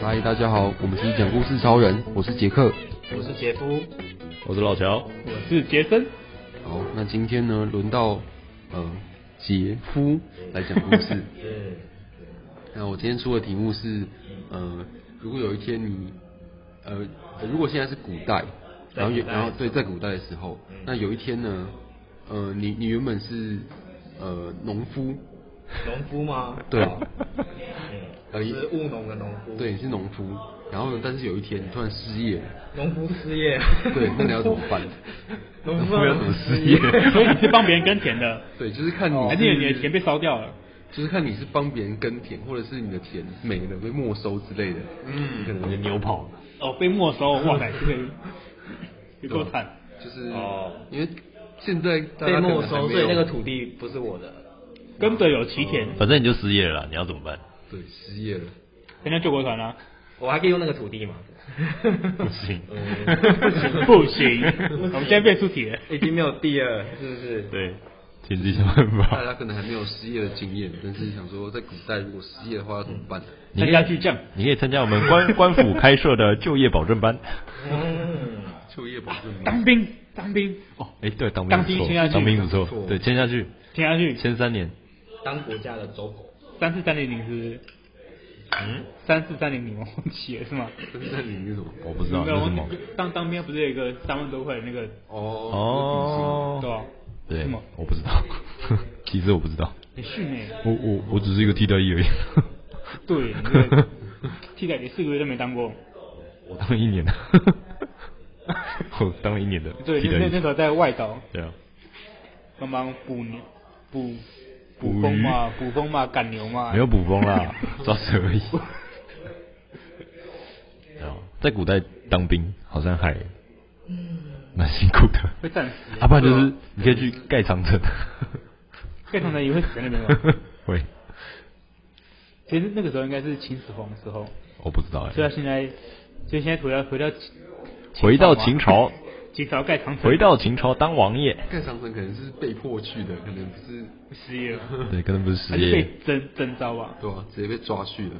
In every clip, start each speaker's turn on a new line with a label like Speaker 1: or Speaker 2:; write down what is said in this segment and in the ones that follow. Speaker 1: 嗨，大家好，我们是讲故事超人，我是杰克。
Speaker 2: 我是杰夫，
Speaker 3: 我是老乔，
Speaker 4: 我是杰森，
Speaker 1: 好，那今天呢，轮到呃杰夫来讲故 事。
Speaker 2: 嗯，
Speaker 1: 那我今天出的题目是，呃，如果有一天你，呃，呃如果现在是古代，然后有
Speaker 2: 在古代嗯
Speaker 1: 然后对，在古代的时候，那有一天呢，呃，你你原本是呃农夫，
Speaker 2: 农夫吗？
Speaker 1: 对
Speaker 2: 好
Speaker 1: 而
Speaker 2: 嗯，
Speaker 1: 已
Speaker 2: 是务农的农夫。，
Speaker 1: 对，你是农夫，然后呢，但是有一天你突然失业了，
Speaker 2: 农夫失业。
Speaker 1: 对，那你要怎么办？
Speaker 2: 农
Speaker 1: 夫要怎么失业？
Speaker 4: 所以你是帮别 人耕田的，
Speaker 1: 对，就是看
Speaker 2: 哦
Speaker 1: 你
Speaker 4: 哦还是你的田被烧掉了？
Speaker 1: 就是看你是帮别人耕田，或者是你的田没了被没收之类的。嗯
Speaker 3: 可能是牛跑，
Speaker 4: 哦，被没收，哇塞，这个有多惨！
Speaker 1: 就是
Speaker 3: 哦
Speaker 1: 因为现在大
Speaker 2: 被
Speaker 1: 家可能
Speaker 2: 没
Speaker 1: 还
Speaker 2: 收，
Speaker 1: 没
Speaker 2: 所以
Speaker 1: 有
Speaker 2: 那个土地不是我的。
Speaker 4: 跟着有起 田，
Speaker 3: 反正你就失业了啦，你要怎么办？
Speaker 1: 对失业了，
Speaker 4: 参加救国团啊，
Speaker 2: 我还可以用那个土地 吗？
Speaker 3: 不行，
Speaker 4: 不行，我们现在变出题了。
Speaker 2: 已经没有地了，是不是？
Speaker 3: 对，请自己想办
Speaker 1: 大
Speaker 3: 法。
Speaker 1: 家可能还没有失业的经验，但是想说在古代如果失业的话要怎么办？
Speaker 3: 嗯
Speaker 4: 参加巨匠，
Speaker 3: 你可以参加我们官 官府开设的就业保证班。
Speaker 2: 嗯，
Speaker 1: 就业保证吗？
Speaker 4: 当兵，当兵，
Speaker 3: 哦，哎，对，当兵
Speaker 4: 当
Speaker 3: 不
Speaker 4: 兵
Speaker 3: 错
Speaker 4: 签下，去
Speaker 3: 当兵不
Speaker 1: 不错
Speaker 3: 错，对，签下去，
Speaker 4: 听下去，
Speaker 3: 签三年。
Speaker 2: 当国家的走狗。
Speaker 4: 三四三零零是不是？
Speaker 3: 嗯，
Speaker 4: 三四三零零，我忘记了是吗？
Speaker 1: 但是在里面是什么？
Speaker 3: 我不知道
Speaker 4: 没
Speaker 3: 那是
Speaker 4: 有我
Speaker 3: 什么。
Speaker 4: 当当兵不是有一个三万多块的那个
Speaker 1: 哦，
Speaker 4: 对
Speaker 3: 哦，
Speaker 4: 吧？
Speaker 3: 对
Speaker 4: 是吗？，
Speaker 3: 我不知道， 其实我不知道，
Speaker 4: 你训练，
Speaker 3: 我我我只是一个替代役而已。
Speaker 4: 对，你这个替代你四个月都没当过。
Speaker 3: 我当了一 年的，我当了一年的
Speaker 4: 对，
Speaker 3: 替
Speaker 4: 那
Speaker 3: 代
Speaker 4: 那那
Speaker 3: 役。
Speaker 4: 时候在外岛
Speaker 3: 对啊，
Speaker 4: 帮忙捕牛、捕
Speaker 3: 捕
Speaker 4: 捕风
Speaker 3: 鱼
Speaker 4: 嘛、捕风嘛、赶牛嘛。
Speaker 3: 没有捕风啦， 抓蛇而已。对啊，在古代当兵好像还蛮辛苦的，
Speaker 4: 会战死，
Speaker 3: 啊，不然就是你可以去盖长城。
Speaker 4: 盖长城也会死在那边吗？
Speaker 3: 会，
Speaker 4: 其实那个时候应该是秦始皇的时候，
Speaker 3: 我不知道
Speaker 4: 所以
Speaker 3: 哎。
Speaker 4: 他现在，所以现在回到回到秦
Speaker 3: 回到
Speaker 4: 嘛
Speaker 3: 秦朝，
Speaker 4: 秦朝盖长城，
Speaker 3: 回到秦朝当王爷，
Speaker 1: 盖长城可能是被迫去的，可能不是
Speaker 4: 失业了，
Speaker 3: 对，可能不是
Speaker 4: 还
Speaker 3: 失
Speaker 4: 是被
Speaker 3: 业。
Speaker 4: 征征召吧？
Speaker 1: 对啊，直接被抓去了。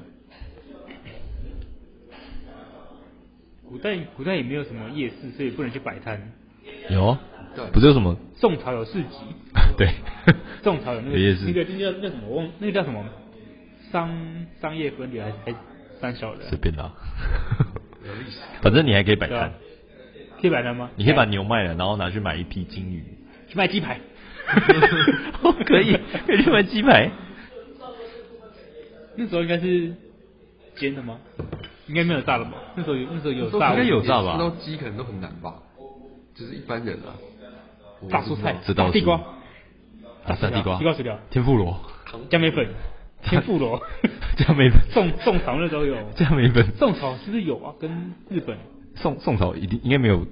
Speaker 4: 古代古代也没有什么夜市，所以不能去摆摊。
Speaker 3: 有啊
Speaker 1: 对，
Speaker 3: 不是有什么？
Speaker 4: 宋朝有市集，
Speaker 3: 对，
Speaker 4: 宋朝有那个
Speaker 3: 有夜市
Speaker 4: 那个那叫那什么，我忘那个叫什么商商业分流还是还是三小人
Speaker 3: 随，便啦。反正你还可以摆
Speaker 4: 对吧
Speaker 3: 摊，？
Speaker 4: 可以摆摊吗？
Speaker 3: 你可以把牛卖了，然后拿去买一批金鱼。
Speaker 4: 去卖鸡排，
Speaker 3: 可以， 可以去买鸡排。
Speaker 4: 那时候应该是煎的吗？应该没有炸的吧？那时候有那时候有炸
Speaker 1: 大
Speaker 4: 的，
Speaker 3: 应该有炸吧
Speaker 1: 吃到鸡可能都很难吧，就是一般人啊。我
Speaker 4: 炸
Speaker 1: 不
Speaker 4: 蔬
Speaker 1: 知道
Speaker 4: 菜、
Speaker 3: 这倒
Speaker 4: 炸
Speaker 3: 是
Speaker 4: 地瓜、
Speaker 3: 啊，三地瓜，
Speaker 4: 地瓜水饺、
Speaker 3: 天妇 罗，
Speaker 4: 酱梅粉、天妇罗。
Speaker 3: 加梅粉，
Speaker 4: 宋宋朝那时候有，
Speaker 3: 加梅粉，
Speaker 4: 宋朝是不是有啊？跟日本
Speaker 3: 宋宋朝一定应该没有，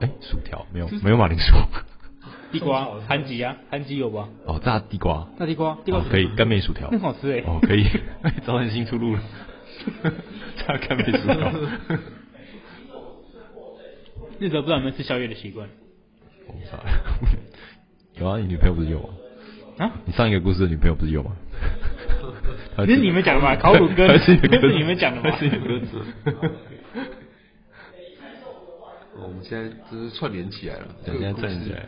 Speaker 3: 哎，薯条没有
Speaker 4: 就是
Speaker 3: 没有马铃薯，
Speaker 4: 地瓜、韩吉啊，韩吉有吧？
Speaker 3: 哦，炸地瓜，
Speaker 4: 那地瓜，地瓜
Speaker 3: 哦
Speaker 4: 水饺
Speaker 3: 可以干面薯条
Speaker 4: 那，很好吃哎。
Speaker 3: 哦 可以，哎找点新出路了， 炸干面薯条，
Speaker 4: 那时候不知道有没有吃宵夜的习惯
Speaker 3: 我不知道哦有啊，你女朋友不是有吗？
Speaker 4: 啊？
Speaker 3: 你上一个故事的女朋友不是有 吗？
Speaker 4: 那是你们讲的吧？考古哥，
Speaker 3: 还
Speaker 4: 那
Speaker 3: 是歌
Speaker 4: 是你们讲的吧
Speaker 3: 还？是你的歌 词。
Speaker 1: 哦我们现在就是串联起来了，这
Speaker 3: 人
Speaker 1: 个
Speaker 3: 家
Speaker 1: 故
Speaker 3: 站
Speaker 1: 事
Speaker 3: 起来。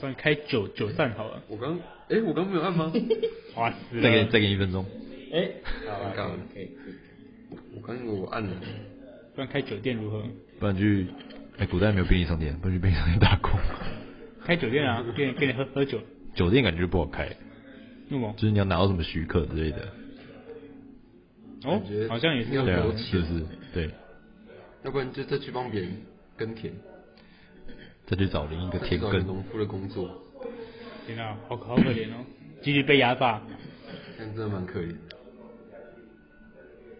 Speaker 4: 不然开九九扇好了，
Speaker 1: 我刚，哎，我刚没有按吗？
Speaker 4: 哇死
Speaker 3: 再给
Speaker 4: 了！
Speaker 3: 再给你一分钟，
Speaker 2: 哎，好啊，
Speaker 1: 尴尬了
Speaker 2: 可以可以可以。
Speaker 1: 我刚以为我按了。
Speaker 4: 不然开酒店如何？
Speaker 3: 不然去哎，古代没有便利商店，不然去便利商店打工。
Speaker 4: 开酒店啊，给你给你喝喝酒，
Speaker 3: 酒店感觉不好开，
Speaker 4: 那么
Speaker 3: 就是你要拿到什么许可之类的，
Speaker 4: 哦
Speaker 1: 感觉，
Speaker 4: 好像也是有
Speaker 3: 对啊
Speaker 1: 有，
Speaker 3: 是不是？对，
Speaker 1: 要不然就再去帮别人耕田，
Speaker 3: 再去找另一个
Speaker 1: 再去
Speaker 3: 田
Speaker 1: 找一个
Speaker 3: 埂，
Speaker 1: 农夫的工作，
Speaker 4: 天啊，好可好可怜哦，继续被压榨。
Speaker 1: 但真的蛮可怜的。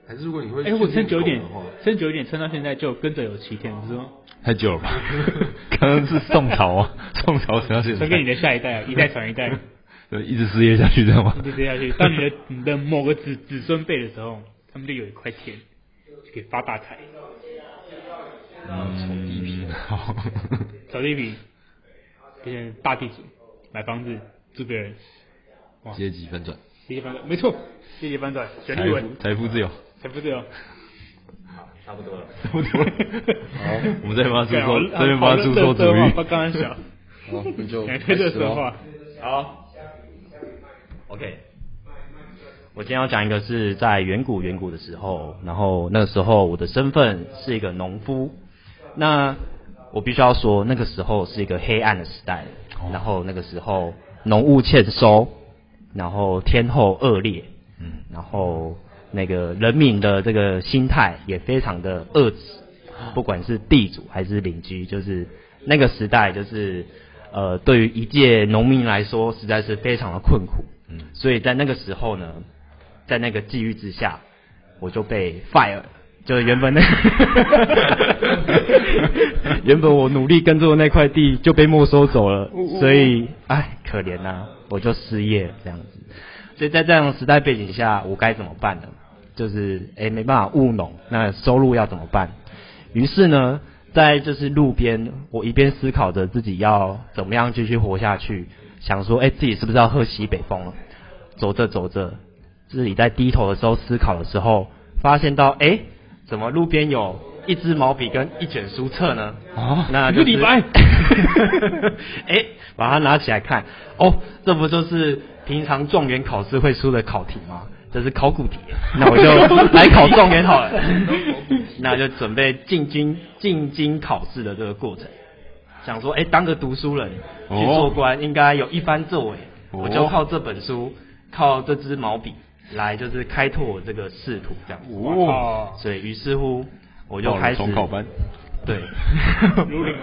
Speaker 1: 还是如果你会
Speaker 4: 哎，我
Speaker 1: 训
Speaker 4: 撑
Speaker 1: 练
Speaker 4: 九
Speaker 1: 狗
Speaker 4: 点
Speaker 1: 的话，，
Speaker 4: 撑九点撑到现在就跟着有七天，不是吗？
Speaker 3: 太久了吧？刚刚是宋朝啊，宋朝才到 现在
Speaker 4: 传给你的下一 代啊，一代传一代，
Speaker 3: 对，一直失业下去，这样吗
Speaker 4: 一？直接下去。当你的你的某个子子孙辈的时候，他们就有一块田，就可以发大财。
Speaker 3: 嗯，好，
Speaker 4: 小地皮变成大地主，买房子租别人，哇，
Speaker 1: 阶级翻转，
Speaker 4: 阶级翻转，没错，阶级翻转，选
Speaker 3: 财
Speaker 4: 立
Speaker 3: 富
Speaker 4: 文，
Speaker 3: 财富自由。
Speaker 4: 才不对哦，
Speaker 2: 好，差不多了。
Speaker 4: 不对，
Speaker 3: 我们在发出
Speaker 4: 干
Speaker 3: 售，
Speaker 4: 啊好
Speaker 3: 这边发出售主
Speaker 4: 好热色话
Speaker 3: 义哦
Speaker 4: 不。刚刚想，
Speaker 1: 好，那 就
Speaker 4: 感
Speaker 1: 开
Speaker 4: 觉热
Speaker 1: 始
Speaker 4: 色
Speaker 1: 喽。
Speaker 4: 话，
Speaker 2: 好，
Speaker 5: OK，我今天要讲一个是在远古远古的时候，然后那个时候我的身份是一个农夫。那我必须要说，那个时候是一个黑暗的时代，然后那个时候农务欠收，然后天候恶劣，
Speaker 3: 嗯，
Speaker 5: 然后那个人民的这个心态也非常的恶质，不管是地主还是邻居，就是那个时代，就是呃，对于一介农民来说，实在是非常的困苦。
Speaker 3: 嗯
Speaker 5: 所以在那个时候呢，在那个际遇之下，我就被 fire，了就是原本那原本我努力耕作的那块地就被没收走了，所以哎，可怜呐、我就失业了这样子。所以在这样的时代背景下，我该怎么办呢？就是哎，没办法务农，那收入要怎么办？于是呢，在就是路边，我一边思考着自己要怎么样继续活下去，想说，哎，自己是不是要喝西北风了？走着走着，自己在低头的时候思考的时候，发现到，哎，怎么路边有一支毛笔跟一卷书册呢？
Speaker 3: 哦
Speaker 5: 那就是
Speaker 4: 一个礼拜
Speaker 5: 哎、把它拿起来看，哦，这不就是平常状元考试会出的考题吗？这是考古题，那我就 来考状元好了。那就准备进京进京考试的这个过程，想说，哎、当个读书人
Speaker 3: 哦
Speaker 5: 去做官，应该有一番作为。
Speaker 3: 哦
Speaker 5: 我就靠这本书，靠这支毛笔来，就是开拓我这个仕途这样子。
Speaker 3: 哦，
Speaker 5: 所以，于是乎，我就
Speaker 3: 报了
Speaker 5: 开始
Speaker 3: 重考班。
Speaker 5: 对，
Speaker 4: 如领吗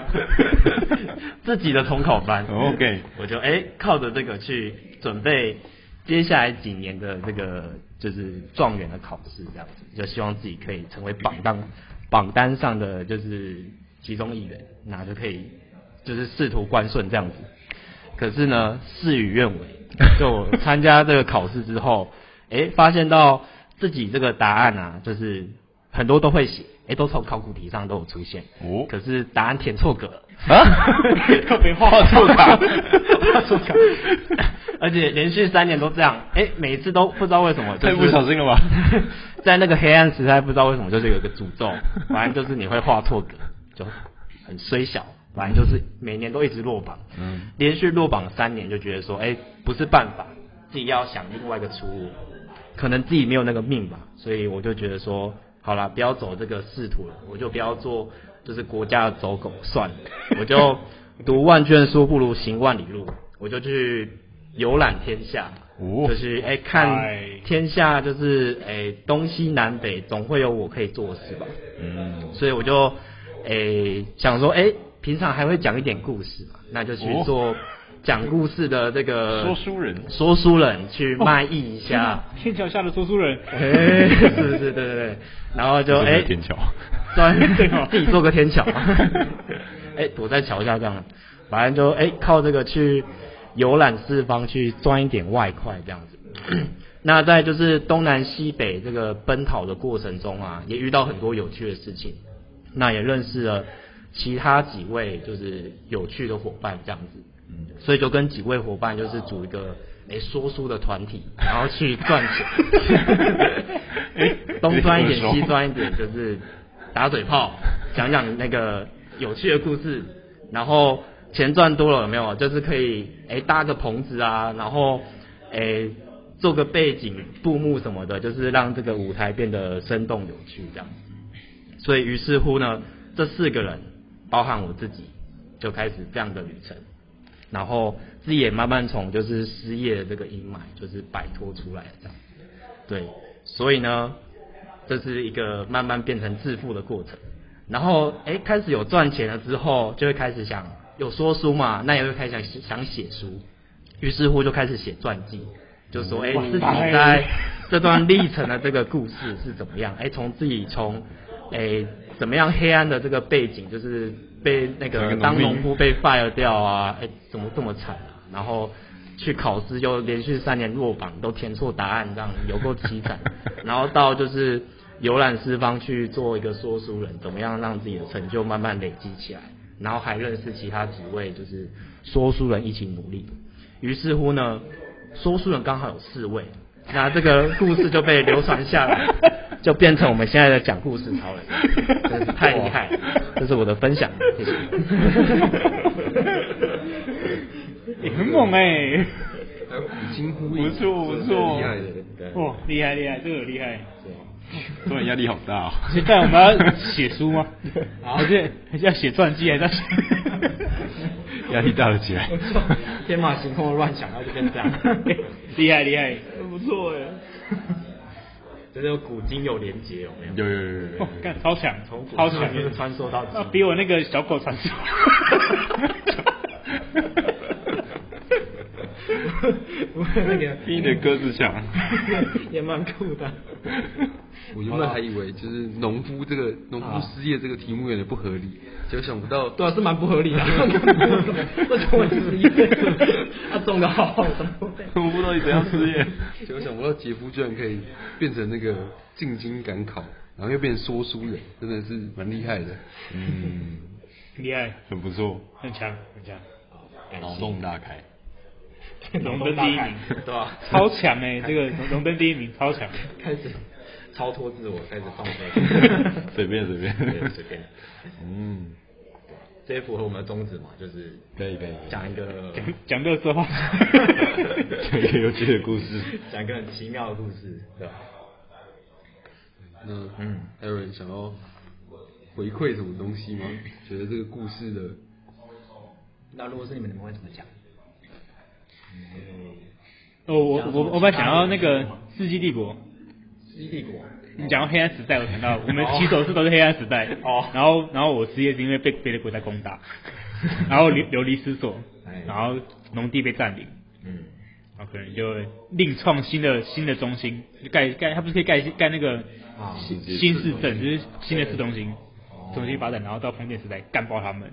Speaker 5: 自己的重考班。
Speaker 3: OK
Speaker 5: 我就哎、靠着这个去准备接下来几年的这个就是状元的考试，这样子，就希望自己可以成为榜单榜单上的就是其中一员，那就可以就是仕途关顺这样子。可是呢，事与愿违，就我参加这个考试之后，哎、发现到自己这个答案啊，就是很多都会写，哎、都从考古题上都有出现，
Speaker 3: 哦
Speaker 5: 可是答案填错格了。
Speaker 3: 啊
Speaker 5: 特别画
Speaker 3: 画错卡
Speaker 5: 画错卡， 而且连续三年都这样，哎、每次都不知道为什么，就
Speaker 3: 太
Speaker 5: 是
Speaker 3: 不小心了吧？
Speaker 5: 在那个黑暗时代，不知道为什么就是有一个诅咒，反正就是你会画错格，就很衰小，反正就是每年都一直落榜，
Speaker 3: 嗯
Speaker 5: 连续落榜三年就觉得说，哎、不是办法，自己要想另外一个出路，可能自己没有那个命吧，所以我就觉得说，好啦，不要走这个仕途了，我就不要做就是国家的走狗算 了，我就读万卷书不如行万里路，我就去游览天下，
Speaker 3: 哦
Speaker 5: 就是哎、看
Speaker 4: 哎
Speaker 5: 天下就是哎、东西南北总会有我可以做的事吧，
Speaker 3: 嗯，
Speaker 5: 所以我就诶、想说，诶、平常还会讲一点故事嘛，那就去
Speaker 3: 哦
Speaker 5: 做讲故事的这个
Speaker 3: 说书人哦
Speaker 5: 说书人去卖艺一下
Speaker 4: 天哪，，天桥下的读书人，
Speaker 5: 哎、是是是，对对对，然后就哎 诶，
Speaker 3: 这是天桥，
Speaker 5: 对，
Speaker 4: 对哦
Speaker 5: 自己做个天桥， 哎、躲在桥下这样，反正就哎、靠这个去游览四方，去赚一点外快这样子。 那在就是东南西北这个奔逃的过程中啊，也遇到很多有趣的事情，那也认识了其他几位就是有趣的伙伴这样子。所以就跟几位伙伴就是组一个诶、说书的团体，然后去赚
Speaker 3: 哎
Speaker 5: 钱，东钻一点
Speaker 3: 有点
Speaker 5: 西
Speaker 3: 耳熟
Speaker 5: 钻一点，就是打嘴炮，讲讲那个有趣的故事，然后钱赚多了有没有？就是可以诶、搭个棚子啊，然后诶、做个背景布幕什么的，就是让这个舞台变得生动有趣这样。所以于是乎呢，这四个人，包含我自己，就开始这样的旅程，然后自己也慢慢从就是失业的这个阴霾，就是摆脱出来这样。对，所以呢，这是一个慢慢变成致富的过程。然后，哎，开始有赚钱了之后，就会开始想有说书嘛，那也会开始想想写书，于是乎就开始写传记，就说，哎，自己在这段历程的这个故事是怎么样？哎，从自己从，哎，怎么样黑暗的这个背景，就是被那个
Speaker 3: 当个农
Speaker 5: 当
Speaker 3: 民
Speaker 5: 农夫被 fire 掉啊，哎，怎么这么惨啊？然后去考试又连续三年落榜，都填错答案，这样有够凄惨。然后到就是游览四方去做一个说书人，怎么样让自己的成就慢慢累积起来，然后还认识其他几位就是说书人一起努力。于是乎呢，说书人刚好有四位，那这个故事就被流传下 来，就变成我们现在的讲故事超人，真是太厉害了！这是我的 分享，谢谢。
Speaker 4: 也很猛哎、
Speaker 1: 还有古今哎呼
Speaker 4: 不
Speaker 1: 应，
Speaker 4: 错不
Speaker 1: 这是
Speaker 4: 错，
Speaker 1: 厉害的，对，
Speaker 4: 哇，厉害厉害，这个有厉害。
Speaker 3: 突然压力好大哦。
Speaker 4: 现在我们要写 书吗？
Speaker 5: 啊
Speaker 4: 还是还是要写传记，还啊是要写？
Speaker 3: 压力大了起来。
Speaker 5: 天马行空的乱想，然后就变这样。
Speaker 4: 厉害厉害，不错哎。
Speaker 5: 就是有古今有连结，哦有没 有？
Speaker 3: 有有有有有
Speaker 4: 哇，干超强
Speaker 5: 从，古
Speaker 4: 超
Speaker 5: 时
Speaker 4: 强
Speaker 5: 候一直穿梭到今
Speaker 4: 那 比我那个小狗传说。
Speaker 5: 不会那个
Speaker 3: 比你的鸽子强。
Speaker 5: 也蛮酷的。
Speaker 1: 我原本还以为就是农夫这个农夫失业这个题目有点不合理，结果想不到，
Speaker 5: 啊对啊，是蛮不合理的。 为什么我失业？ 他种的好好的，
Speaker 3: 我不知道你怎样失业。
Speaker 1: 结果想不到杰夫居然可以变成那个进京赶考，然后又变成说书人，真的是蛮厉害的。
Speaker 3: 嗯，
Speaker 4: 厉害，
Speaker 3: 很不错，
Speaker 4: 很强 很强，
Speaker 3: 脑洞大开。
Speaker 4: 荣登第一名，
Speaker 5: 对吧？
Speaker 4: 超强
Speaker 5: 欸
Speaker 4: 哎，这个荣荣登第一名超强。
Speaker 5: 开始超脱自我，开始放飞，
Speaker 3: 随便随便
Speaker 5: 对随便。
Speaker 3: 嗯，
Speaker 5: 这也符合我们的宗旨嘛，就是
Speaker 3: 可以可以。
Speaker 5: 讲一 个
Speaker 4: 讲讲 乐 色话，
Speaker 3: 讲一个有趣的故事。
Speaker 5: 讲一个很奇妙的故事，对吧？
Speaker 1: 那嗯，还有人想要回馈什么东西吗？觉得这个故事的
Speaker 5: 那如果是你们，你们会怎么讲？
Speaker 4: 哦，我我我本来想要那个《世纪帝国》，
Speaker 5: 基帝国，
Speaker 4: 你讲到黑暗时代，我想到我们骑手是都是黑暗时代，
Speaker 5: 哦
Speaker 4: 然后然后我失业是因为被别的国家攻打，然后流流离失所
Speaker 5: 哎，
Speaker 4: 然后农地被占领，
Speaker 5: 嗯，
Speaker 4: 然后可能就另创新的新的中心，就盖盖他不是可以盖盖那个
Speaker 5: 啊
Speaker 4: 新新市镇，就是新的市中心，重新发展，然后到封建时代干爆他们，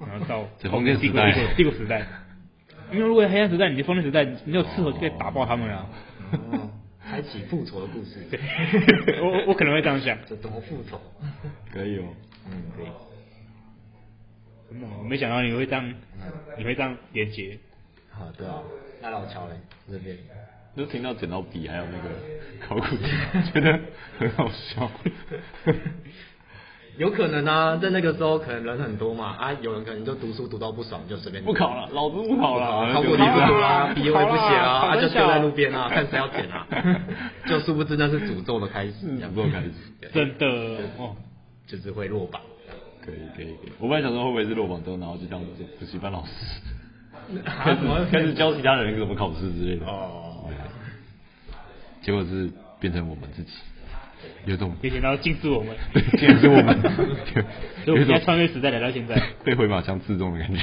Speaker 4: 然后
Speaker 3: 这
Speaker 4: 到
Speaker 3: 封建时
Speaker 4: 帝国
Speaker 3: 代
Speaker 4: 帝国帝国时代，因为如果黑暗时代，你的封建时代，你有刺头就可以打爆他们了。
Speaker 5: 哦，开启复仇的故事，对，
Speaker 4: 我我我可能会这样想，
Speaker 5: 这怎么复仇？
Speaker 3: 可以哦。
Speaker 5: 嗯，可以。
Speaker 4: 很猛我没想到你会这样，你会这样连接。
Speaker 5: 好，对啊，那老乔嘞这边，
Speaker 3: 就听到剪刀笔还有那个 考古题，觉得很好笑。
Speaker 5: 有可能啊，在那个时候可能人很多嘛，啊，有人可能就读书读到不爽就随便
Speaker 3: 不考了，老子不考了，
Speaker 5: 考古
Speaker 3: 就
Speaker 5: 题
Speaker 3: 这样
Speaker 5: 不读啦，笔我也不写啦，
Speaker 4: 好啦
Speaker 5: 啊，就丢在路边啊，看谁要捡 啊，就殊不知那是诅咒的开始，这样
Speaker 3: 诅咒开始，
Speaker 4: 真的哦，
Speaker 5: 就是会落榜。
Speaker 3: 可以可以可以。我本来想说会不会是落榜之后，然后就当补习班老师，开
Speaker 5: 啊
Speaker 3: 始开始教其他人怎么考试之类的。
Speaker 5: 哦，
Speaker 3: 结果是变成我们自己，有 种
Speaker 4: 没想到竟是我们，
Speaker 3: 对， 竟然是我们，
Speaker 4: 所
Speaker 3: 有
Speaker 4: 以我
Speaker 3: 有一
Speaker 4: 们
Speaker 3: 种
Speaker 4: 在穿越时代来到 现在，
Speaker 3: 被回马枪刺中的感觉。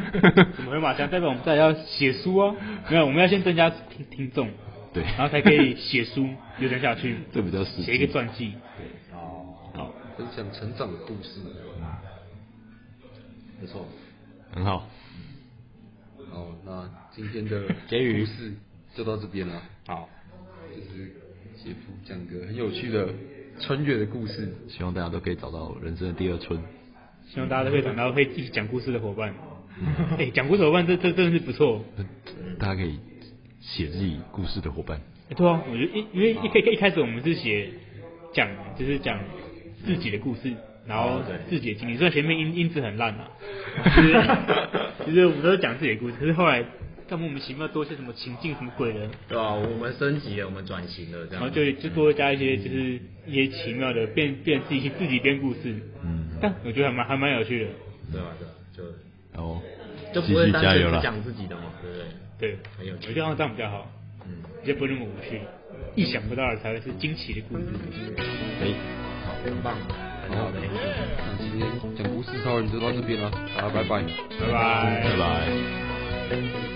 Speaker 4: 怎么会马上代表我们再要写书啊？没有，我们要先增加听听众，
Speaker 3: 对，
Speaker 4: 然后才可以写书流传下去，
Speaker 3: 这比较实际。
Speaker 4: 写一个传记。
Speaker 3: 好，
Speaker 1: 分享成长的故事。
Speaker 5: 不错，
Speaker 3: 很好，
Speaker 1: 好，那今天的
Speaker 5: 给予
Speaker 1: 故事就到这边了。
Speaker 5: 好，
Speaker 1: 就是杰夫讲个很有趣的穿越的故事。
Speaker 3: 希望大家都可以找到人生的第二春。
Speaker 4: 希望大家都可以找到会一起讲故事的伙 伴。哎、讲故事伙伴这这真的是不错。
Speaker 3: 大家可以写自己故事的伙伴，
Speaker 4: 哎对啊，我觉得一因为一开一开始我们是写讲就是讲自己的故事，然后
Speaker 5: 哦
Speaker 4: 自己的经历，虽然前面音音质很烂 啊，就是其实我们都是讲自己的故事，可是后来他莫名其妙多一些什么情境什么鬼的，
Speaker 5: 对啊，我们升级了，我们转型了，这
Speaker 4: 然
Speaker 5: 样。
Speaker 4: 后就就多加一些就是一些奇妙的变变自己自己编故事，
Speaker 3: 嗯，
Speaker 4: 但我觉得还蛮还蛮有趣的，
Speaker 5: 对吧？对吧？就
Speaker 3: 然后
Speaker 5: 就
Speaker 3: 哦继
Speaker 5: 不会
Speaker 3: 续
Speaker 5: 单
Speaker 3: 加油
Speaker 5: 纯只
Speaker 3: 啦！
Speaker 5: 讲自己的嘛，对不对？
Speaker 4: 对，
Speaker 5: 很有趣
Speaker 4: 我觉得这样比较好，
Speaker 5: 嗯，
Speaker 4: 比较不会那么无趣，意想不到的才会是惊奇的故事。
Speaker 5: 嗯
Speaker 3: 哎，好，
Speaker 5: 很棒，很好的一个。
Speaker 1: 那今天讲故事超人就到这边了，好，拜拜。
Speaker 4: 拜
Speaker 3: 拜。
Speaker 4: 拜
Speaker 3: 拜。